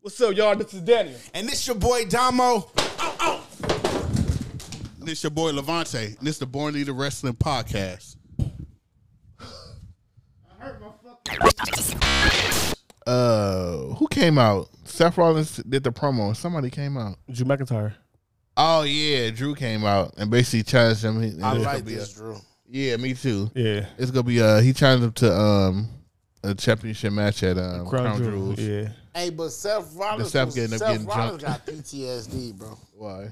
What's up, y'all? This is Daniel. And this your boy Damo. This your boy Levante. And this the Born Leader Wrestling Podcast. Uh, who came out? Seth Rollins did the promo. Somebody came out. Drew McIntyre. Oh yeah, Drew came out and basically challenged him. He- I it's like gonna be this, Drew. a- yeah, me too. Yeah. It's gonna be uh he challenged him to um a championship match at um, Crown, Jewels. Yeah. Hey, but Seth Rollins, Seth was- getting up Seth getting Rollins got jumped. PTSD, bro. Why?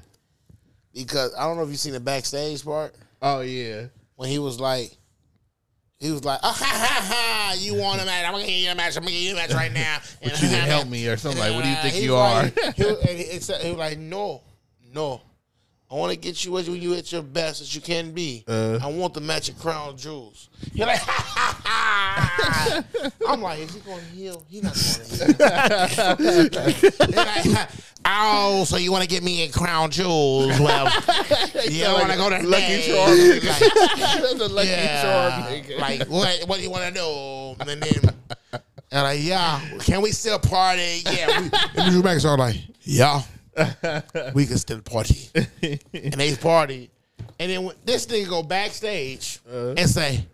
Because I don't know if you seen the backstage part Oh yeah. when he was like, he was like, oh, ha ha ha, you want a match? I'm gonna give you a match. I'm gonna give you a match right now. And But you didn't help me or something. Like, what do you Uh, think he you are? was like- he, was, and he, and so- he was like, no, no. I want to get you as when you at your best as you can be. Uh. I want the match of crown jewels. You're like, ha ha ha. I'm like, is he going to heal? He not going to heal. They're like, oh, so you want to get me in crown jewels? Well, you don't want to go to Lucky Nate." Charm. Like, That's a lucky yeah. charm, nigga. Like, what, what do you want to know? And then, and like, yeah, can we still party? Yeah. We, and Drew McIntyre like, yeah, we can still party. and they party. And then when, this nigga go backstage Uh-huh. and say,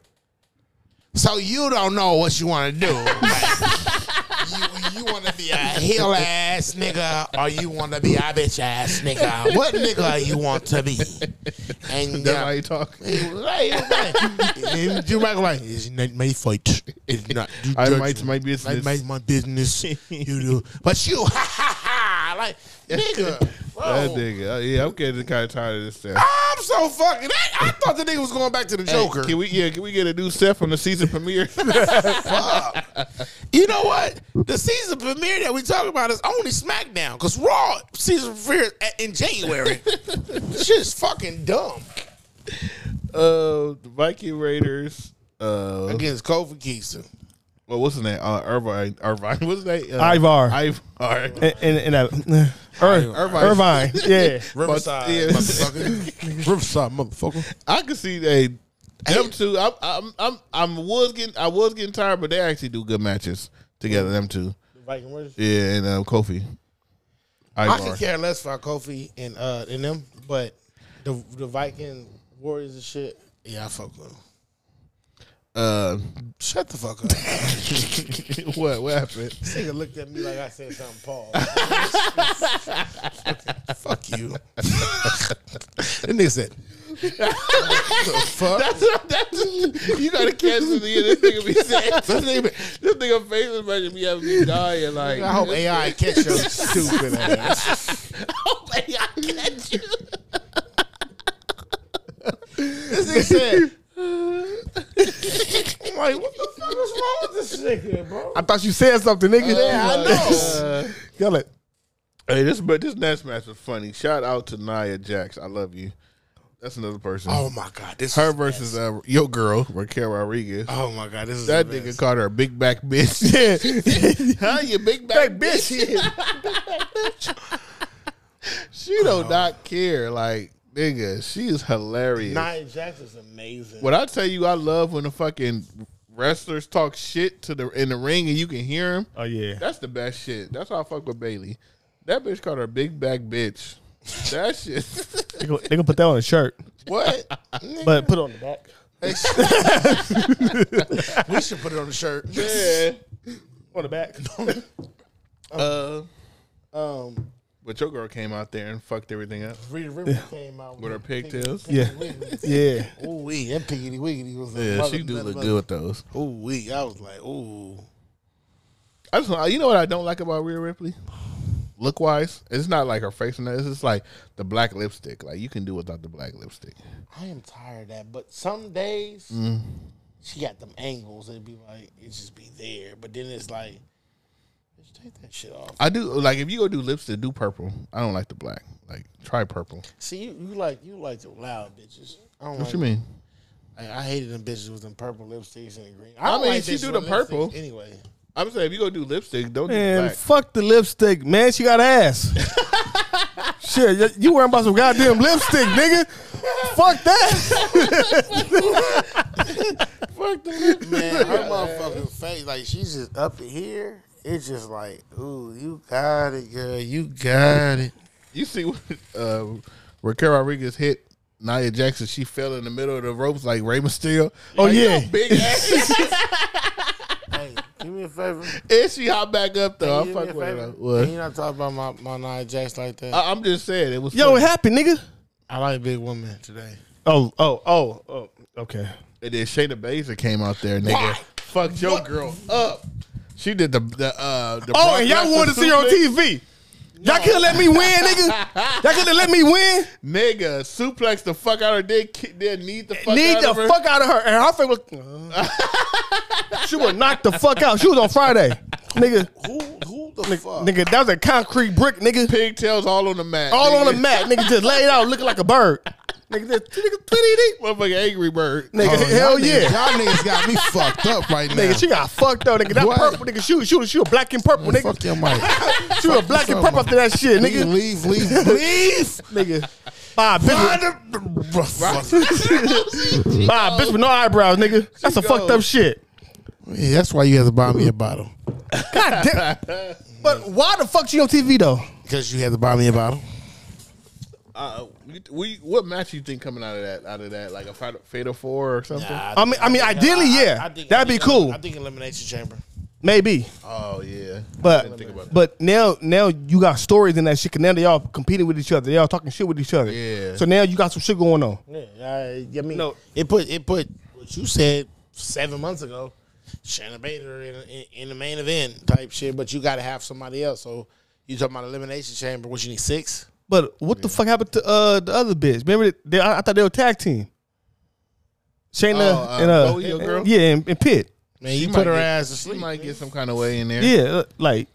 so you don't know what you want to do. Like, you you want to be a heel ass nigga or you want to be a bitch ass nigga? What nigga you want to be? And That's uh, how you talk. he was right. He was right. and Drew McIntyre like, it's not my fight. It's not. You I judge might me. my I business. might my business. you do. But you, ha ha ha. Like, nigga. That Bro, nigga. Uh, yeah, I'm getting kind of tired of this stuff. I'm so fucking. That, I thought the nigga was going back to the Ah, Joker. Can we? Yeah, can we get a new set from the season premiere? you know what? The season premiere that we talking about is only SmackDown. Because Raw season premiere is at- in January. This shit is fucking dumb. uh, the Viking Raiders. Uh, Against Kofi Kingston. well, what's his name? Uh, Irvine. Irvine. What's his name? Uh, Ivar. Ivar. And, and, and uh, Ir- Irvine. Irvine. Yeah. Riverside, yeah. motherfucker. Riverside, motherfucker. I can see they. Them two, I'm, I'm, I'm, I'm was getting, I was getting tired, but they actually do good matches together. Them two, Viking Raiders. yeah, and um, Kofi. I could Ivar. care less about Kofi and uh and them, but the the Viking Warriors and shit. Yeah, I fuck with them. Uh, Shut the fuck up. This what, what happened? nigga looked at me like I said something, Paul. fuck you. that nigga said, That's, that's, you gotta catch this nigga. This nigga be sad. this nigga be- This nigga face is about to be having me dying. Like I hope AI catch your stupid ass. I catch you. This nigga said, I'm like, what the fuck is wrong with this nigga, bro? I thought you said something, nigga. uh, Yell it. hey, this but this next match was funny. Shout out to Nia Jax. I love you. That's another person. Oh my god, this Her is versus uh, your girl Raquel Rodriguez. Oh my god, this is that the best. nigga called her a big back bitch. Yeah, huh? You big back, bitch. she do not care. Like nigga, she is hilarious. Nia Jax is amazing. When I tell you, I love when the fucking wrestlers talk shit to the in the ring and you can hear them. Oh, yeah. That's the best shit. That's how I fuck with Bailey. That bitch called her big back bitch. That shit. They gonna, they gonna put that on a shirt, what? but put it on the back. we should put it on the shirt. Yeah. On the back. Uh, Um, but your girl came out there and fucked everything up Rita Ripley came out with her pigtails. Yeah. Yeah. Ooh wee, that piggity wiggity was a Yeah, mother- she do mother- look good with those. Ooh wee, I was like, ooh, I just, you know what I don't like about Rhea Ripley? Look wise, it's not like her face and that. It's just like the black lipstick. Like you can do without the black lipstick. I am tired of that. But some days Mm-hmm. she got them angles. It'd be like it just be there, but then it's like, just take that shit off. I do like if you go do lipstick, do purple. I don't like the black. Like try purple. See, you, you like you like the loud bitches. I don't What like, you mean? I, I hated them bitches with them purple lipsticks and the green. I don't mean, like she bitches do the with lipsticks purple. anyway. I'm saying if you go do lipstick, don't do Man, black. fuck the lipstick, man. She got ass. Shit, y- you worrying about some goddamn lipstick, nigga? Fuck that. Man, her motherfucking face, like she's just up in here it's just like, ooh, you got it, girl. You got it. You see what uh, Raquel Rodriguez hit Nia Jackson? She fell in the middle of the ropes like Rey Mysterio. Oh, Like, yeah. yo, big ass. Hey, do me a favor. and she hopped back up though. Can you do me I fuck a with favor? her. What? Can you not talk about my, my Nia Jax like that? I, I'm just saying it was. Yo, funny. it happened, nigga. I like big women today. Oh, oh, oh, oh. Okay. And then Shayna Baszler came out there, nigga. Fucked your girl up. She did the the uh. The Oh, Brock and y'all Lesnar wanted to see her on suplex. TV. Y'all couldn't let me win, nigga. Y'all couldn't let me win. Nigga, suplex the fuck out of her. Then kick, then need the fuck Need out the of her. fuck out of her. And her face was. uh, she was knocked the fuck out. She was on Friday, nigga. Who who the fuck? Nigga, that was a concrete brick, nigga. Pigtails all on the mat. All on the nigga. mat, nigga. Just laid out, looking like a bird. Nigga, just, nigga, tweety, Motherfucking angry bird. nigga. Oh, hell y'all yeah. Niggas, y'all niggas got me fucked up right now. Nigga, she got fucked though, nigga. That What? purple, nigga. She, was- she, was- she was black and purple, nigga. Fuck your mic. She was black and purple after that shit, Nigga, nigga. leave, leave, leave. Nigga. Bob Bishop, Bruh, fuck. Bob Bishop, with no eyebrows, nigga. That's a fucked up shit. Yeah, that's why you had to buy me a bottle. God damn. But why the fuck she on TV though? Because you had to buy me a bottle. Uh, we, we what match you think coming out of that? Out of that, like a fatal, fatal four or something? I mean, I mean, ideally, yeah, that'd be cool, I think elimination chamber. maybe. Oh yeah, But think about that. but now now you got stories in that shit. Cause now they all competing with each other. They all talking shit with each other. Yeah. So now you got some shit going on. Yeah, I, I mean, No. it put it put what you said seven months ago, Shannon Bader in, in, in the main event type shit. But you got to have somebody else. So you talking about elimination chamber? What you need six? But what the fuck happened to uh the other bitch? Remember that they, I, I thought they were tag team. Shayna Oh, uh, and uh Chloe, your girl? yeah and, and Pitt Man, you She put might her get- ass to she sleep. might get some kind of way in there. yeah uh, like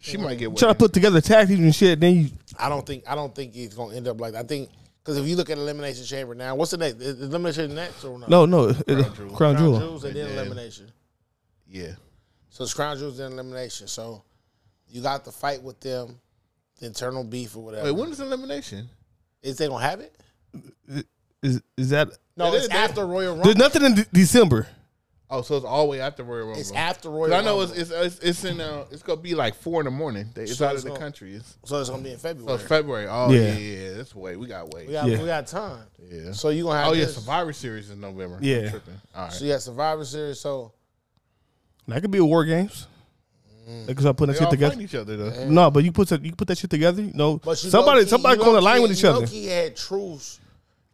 She might get. trying to put together tag teams and shit. Then you I don't think I don't think it's gonna end up like that. I think because if you look at elimination chamber now, what's the next? Is is elimination next or no no? no it- Crown Jewel. Jewel. Crown jewels and then elimination. yeah, So it's crown jewels and elimination. So you got to fight with them, the internal beef or whatever. wait, when is elimination? is they gonna have it? Is is that No, It it's is- after Royal Rumble. there's nothing in de- December. Oh, so it's all the way after Royal Rumble. It's after 'Cause Royal I know it's Rumble. it's it's, it's in uh, it's gonna be like four in the morning. They- It's So out it's of the gonna- country. It's, so it's gonna be in so February. it's February. Oh Yeah. yeah, yeah, yeah. that's way we got way. we, got, Yeah. we got time. Yeah. So you gonna have Oh yeah, this. Survivor Series in November. I'm Yeah. tripping. All right. So you got Survivor Series. So That could be a war games. Mm. They could start putting that They shit all together. fighting each other though. No, but you put that you put that shit together. You know, but you somebody low-key- somebody you go on the low-key- line with each you other. Low-key had truths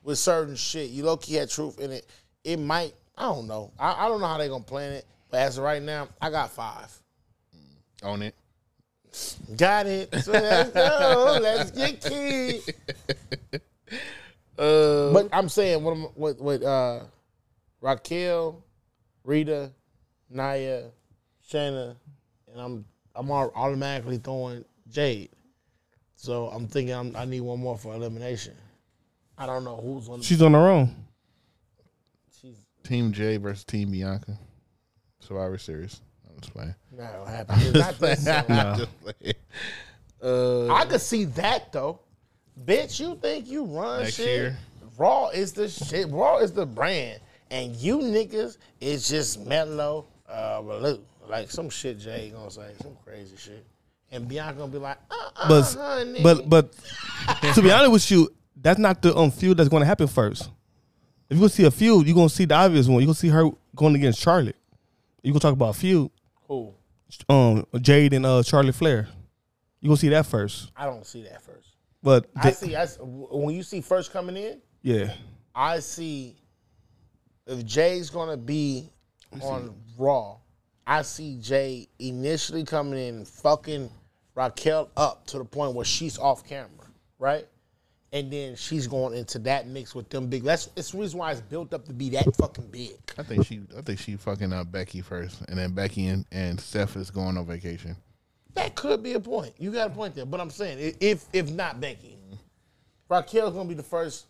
with certain shit. You low-key had truth in it. It might. I don't know. I, I don't know how they gonna plan it. But as of right now, I got five. On it. Got it. So let's go. Let's get key. Uh, But I'm saying what I'm, what what uh Raquel, Rita, Naya, Shayna, and I'm I'm au- automatically throwing Jade. So I'm thinking I'm, I need one more for elimination. I don't know who's on. She's on her own. She's Team J versus Team Bianca. Survivor Series. I'm just playing. not gonna happen. It's not this one. I'm just playing. Uh, I could see that though. Bitch, you think you run Next shit? year. Raw is the shit. Raw is the brand, and you niggas is just mellow, uh, blue. like some shit. Jay gonna say some crazy shit, and Bianca gonna be like, uh, uh But honey. but but to be honest with you, that's not the um feud that's going to happen first. If you gonna see a feud, you are gonna see the obvious one. You are gonna see her going against Charlotte. You gonna talk about feud, cool. um, Jade and uh Charlotte Flair. You gonna see that first. I don't see that first. But I the- see. I s- when you see first coming in, yeah, I see if Jay's gonna be on Raw, I see Jay initially coming in and fucking Raquel up to the point where she's off camera, right? And then she's going into that mix with them big. That's it's the reason why it's built up to be that fucking big. I think she I think she fucking out Becky first and then Becky and, and Steph is going on vacation. That could be a point. You got a point there, but I'm saying i- if if not Becky, Raquel's gonna be the first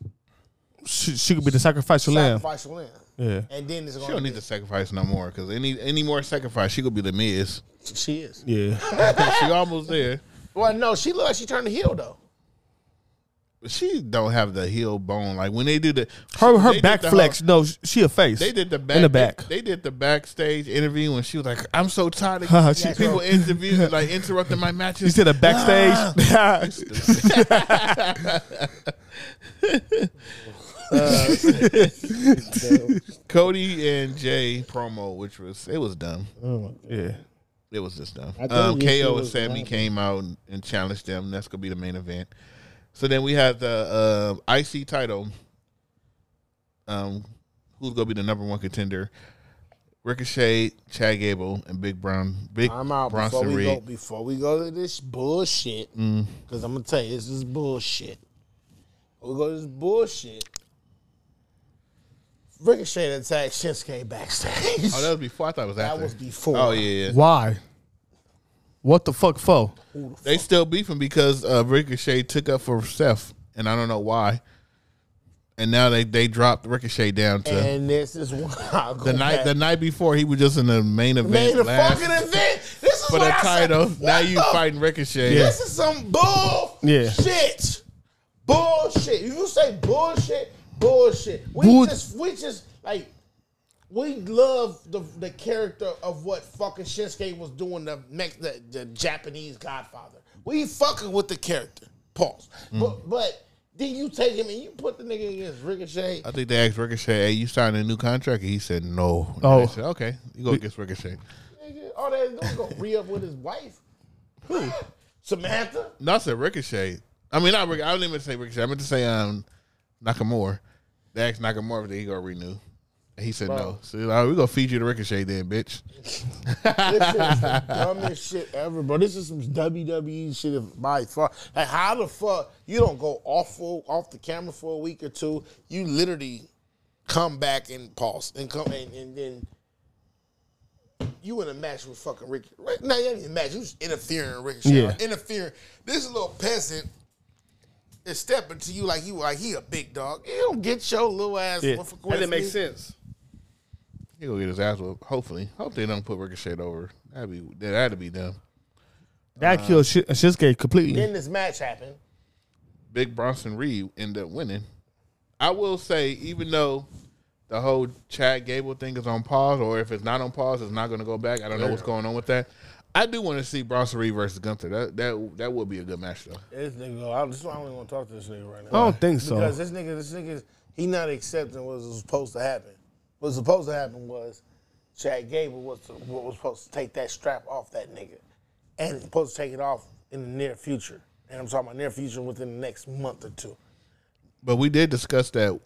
she, she could be the sacrificial lamb. sacrifice to win. Yeah. and then it's gonna. She don't need to sacrifice no more because any any more sacrifice she could be the Miz. to. She is. Yeah, she almost there. Well, no, she looked like she turned heel though. She don't have the heel bone. Like when they do the Her her they did back the- uh, flex. no, sh- she a face. They did the back in the back. They, they did the backstage interview when she was like, "I'm so tired of Huh, she- people interviewing, like interrupting my matches." Ah. you said a backstage. Ah. Cody and Jay promo, which was it was dumb. yeah. It was just dumb. I told Um, you she KO and was Sammy dumb. came out and, and challenged them. That's gonna be the main event. So then we had the uh, IC title. Um, who's gonna be the number one contender? Ricochet, Chad Gable, and Big Brown. Big I'm out Bronson before we Reed. Mm. go before we go to this bullshit. Because I'm gonna tell you, this is bullshit. We go to this bullshit. Ricochet attacked Shinsuke backstage. Oh, that was before. I thought it was after. that was before. Oh yeah, yeah. Why? What the fuck for? They still beefing because uh, Ricochet took up for Seth, and I don't know why. And now they they dropped Ricochet down to And this is why the night the night before he was just in the main event made a last- fucking event. This is for the what I said. title. What Now you the fighting Ricochet. Yeah. This is some bull Yeah. shit. Bullshit. If you say bullshit, bullshit. We Bull- just we just like we love the the character of what fucking Shinsuke was doing the Mex- the, the Japanese Godfather. We fucking with the character. Pause. But but then you take him and you put the nigga against Ricochet. I think they asked Ricochet, "Hey, you signed a new contract?" And he said, "No." And Oh. they said, "Okay, you go against Ricochet." Nigga, all that gonna go re up with his wife. Who? Samantha. No, I said Ricochet. I mean, not Ric- I didn't even say Ricochet. I meant to say um, Nakamura. They asked Nakamura if he gonna renew. And he said no. So like, we gonna feed you to Ricochet then, bitch. This is the dumbest shit ever, bro. This is some WWE shit if- by far. Like, how the fuck you don't go off for, off the camera for a week or two? You literally come back and pause and come and, and then you in a match with fucking Ricky. Right? No, you ain't in a match. You was interfering in Ricochet. Yeah. Interfering. This little peasant is stepping to you like you like he a big dog. You don't get your little ass. Yeah. for That didn't make Christmas. sense. He gonna get his ass whooped. Hopefully, hope they don't put Ricochet over. That'd be that'd be dumb. That killed Shi- Shinsuke completely. Then this match happened. Big Bronson Reed ended up winning. I will say, even though the whole Chad Gable thing is on pause, or if it's not on pause, it's not going to go back. I don't know what's going on with that. I do want to see Bronson Reed versus Gunther. That that that would be a good match though. This nigga, I just I don't even want to talk to this nigga right now. I don't think so. Because this nigga, this nigga, he not accepting what was supposed to happen. What was supposed to happen was Chad Gable was to, what was supposed to take that strap off that nigga, and supposed to take it off in the near future. And I'm talking about near future within the next month or two. But we did discuss that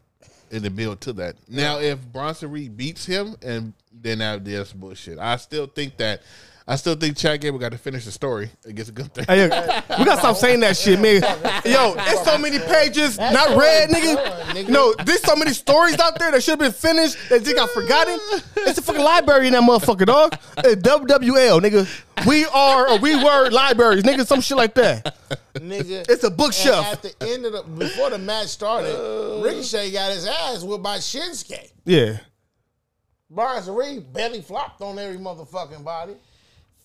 in the build to that. Now, if Bronson Reed beats him, and then that that's bullshit. I still think that. I still think Chad Gable got to finish the story against Gunther. Hey, yo, we gotta stop saying that shit, man. Yo, it's so many pages not read, nigga. No, there's so many stories out there that should have been finished that just got forgotten. It's a fucking library in that motherfucker, dog. At WWL, nigga. We are or we were libraries, nigga. Some shit like that. Nigga, It's a bookshelf. Uh. And at the end of the before the match started, Ricochet got his ass whipped by Shinsuke. Yeah. Bronson Reed belly flopped on every motherfucking body.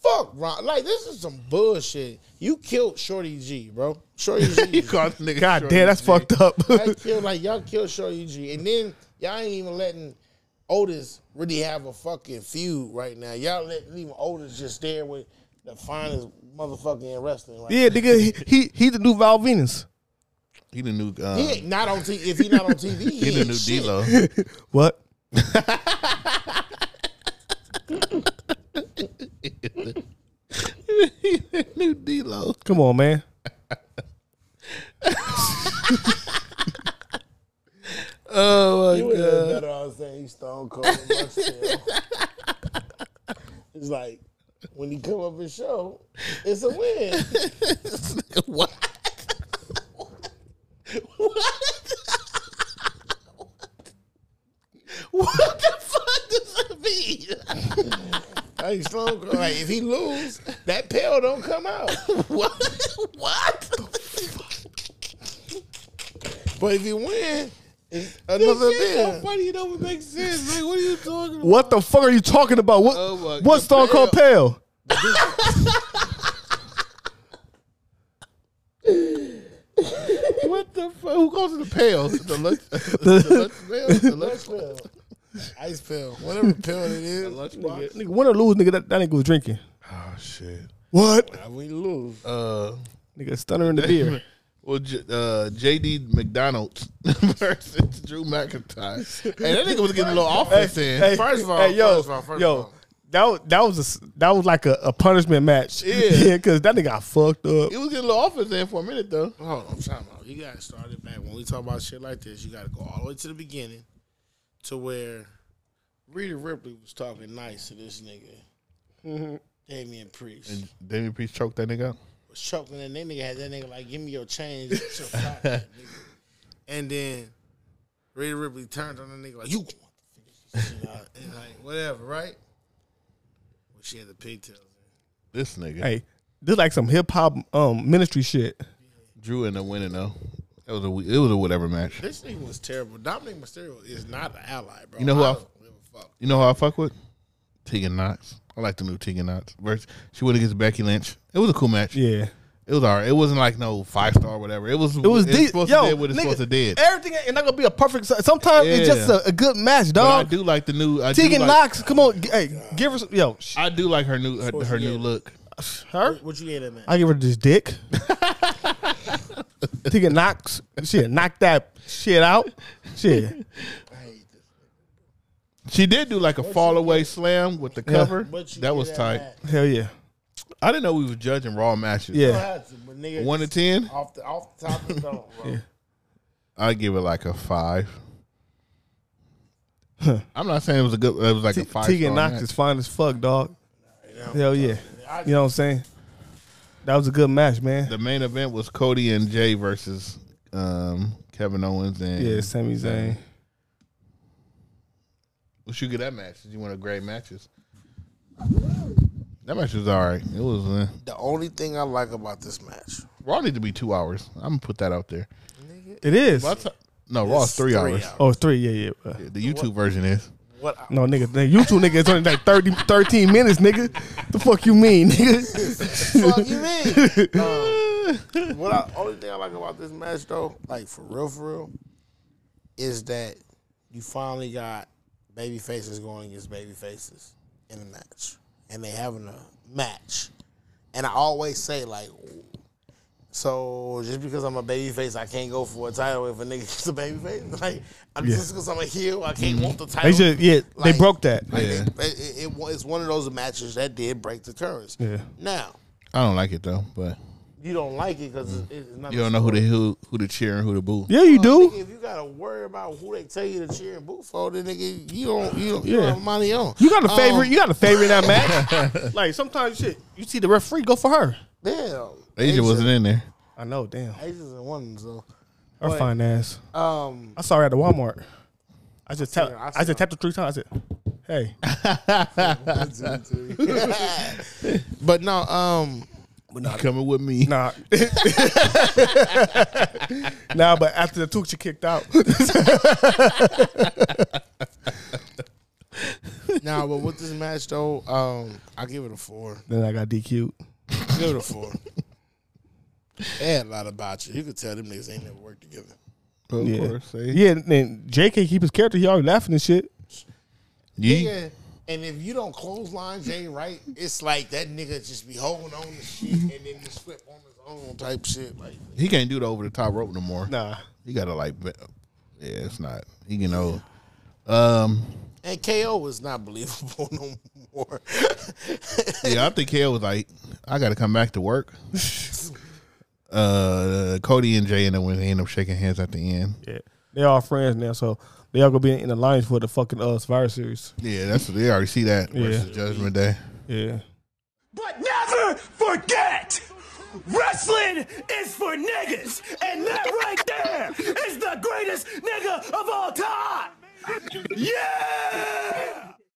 Fuck Ron. Like this is some bullshit. You killed Shorty G, bro. Shorty G. Called the nigga God short damn, and that's big. fucked up. y'all killed like y'all killed Shorty G. And then y'all ain't even letting Otis really have a fucking feud right now. Y'all let leaving Otis just there with the finest motherfucking in wrestling. Right Yeah, nigga, he he, he the new Val Venus. He the new. Um, now. He ain't not on TV. If he not on TV, he, he the ain't new shit. D-Lo. What? new D-Lo. Come on, man. Oh You would have better off saying Stone Cold Russell. It's like when he come up and show, it's a win. What? what? What the fuck does that mean? Like Stone Cold, like if he lose, that pill don't come out. What? What? But if he win, it's another so bill. funny. You know what makes sense? Like, what are you talking about? What the fuck are you talking about? What Oh my what's Stone Cold Pale? What the fuck? Who goes to the pails? The lunch, the lunch pails? The lunch pails? Ice pill. Whatever pill it is. Lunch Nigga, box? nigga, win or lose, nigga, that, that nigga was drinking. Oh, shit. What? We lose. Uh, Nigga, stunner in the beer. well, J- uh, JD McDonald's versus Drew McIntyre. Hey, that nigga was getting a little offense in. First of all, hey, yo, first of all, first yo, of all. that was that was a, s- that was like a, a punishment match. Yeah. because that nigga got fucked up. He was getting a little offense in for a minute, though. Hold on, time out. You gotta start it back. When we talk about shit like this, you gotta go all the way to the beginning to where Rita Ripley was talking nice to this nigga. Damian Priest Mm-hmm. And Damian Priest choked that nigga out. was choking and that nigga had that nigga like, give me your change. Get your pocket, nigga. and then Rita Ripley turned on the nigga like, you gonna finish this shit out. And like, whatever, right? Well, she had the pigtails. This nigga. Hey, this like some hip hop um ministry shit. Drew ended up winning, though. That was a, we- it was a whatever match. This nigga was terrible. Dominic Mysterio is not an ally, bro. You know who I I- don't give a fuck. You know who I fuck with? Tegan Knox. I like the new Tegan Knox. Versus, she went against Becky Lynch. It was a cool match. Yeah. It was alright. It wasn't like no five star or whatever. It was It was deep. supposed Yo, to did what it's nigga, supposed to did. Everything ain't not gonna be a perfect. Sometimes it's Yeah. just a, a good match, But I dog. do like the new I do Tegan like- Knox, come on, g- hey, give her some, yo, sh- I do like her new her, her to new get. look. her. What you get at, man? I give her this dick. Tegan Knox, shit, knock that shit out, shit. She did do like a fall away slam with the cover. What you That get was at, tight. man? Hell yeah, I didn't know we was judging raw matches. I yeah. had to, but nigga, One to just ten, off the off the top of the dome, bro. I give it like a five. I'm not saying it was a good. It was like a five. Tegan star Knox match. is fine as fuck, dog. Hell yeah, you know what I'm saying. That was a good match, man. the main event was Cody and Jay versus um, Kevin Owens and Yeah, Sami Zayn. We should get that match. You want to grade matches? That match was all right. It was. Uh, The only thing I like about this match, Raw need to be two hours. I'm gonna put that out there. It is. By the ti- no, Raw's three, three hours. hours. Oh, it's three. Yeah, yeah. uh, The YouTube version is. what I, No, nigga, the YouTube nigga is only like 30, 13 minutes, nigga. The fuck you mean, nigga? fuck you mean? Um, what I, only thing I like about this match though, like for real, for real, is that you finally got baby faces going against baby faces in the match, and they having a match. And I always say like, so just because I'm a baby face, I can't go for a title if a nigga gets a baby face. Like, I'm just because I'm a heel, I can't want the title. Mm-hmm. They just yeah, Like- they broke that. Like, Yeah. they- it, it, it, wa- it's one of those matches that did break the currents. Yeah. Now I don't like it though, but you don't like it because it's not. Mm. you don't know who to who, who to cheer and who to boo. yeah, you do. If you gotta worry about who they tell you to cheer and boo for, then nigga, you don't you don't, you Yeah. don't have money on. You got a Um, favorite. you got a favorite in that match. like sometimes shit, you see the referee go for her. Damn, Asia wasn't in there. I know. Damn, her Asians and one so. fine ass. Um, I saw her at the Walmart. I just tapped. her, I I, seen her. just tapped her three times. I said, "Hey, but no, um, You coming with me? nah, nah." But after the two, she kicked out. now but with this match though, um, I give it a four. then I got DQ'd. I give it a four. They had a lot about you. You could tell them niggas ain't never worked together. Of Yeah, course. eh? see? yeah. And then JK keep his character. He always laughing and shit. Ye- Nigga, and if you don't clothesline Jay right, it's like that nigga just be holding on to shit and then just flip on his own type shit. Like He can't do the over the top rope no more. Nah, He gotta like. be- Yeah, it's not. He can know. Um. and KO is not believable no more. Yeah, I think Kale was like, I got to come back to work. uh, Cody and Jay end up, they end up shaking hands at the end. yeah. They all friends now, so they all gonna be in the lines for the fucking uh, Survivor Series. Yeah, that's they already see that versus Yeah. Judgment Day. Yeah. But never forget, wrestling is for niggas, and that right there is the greatest nigga of all time. Yeah!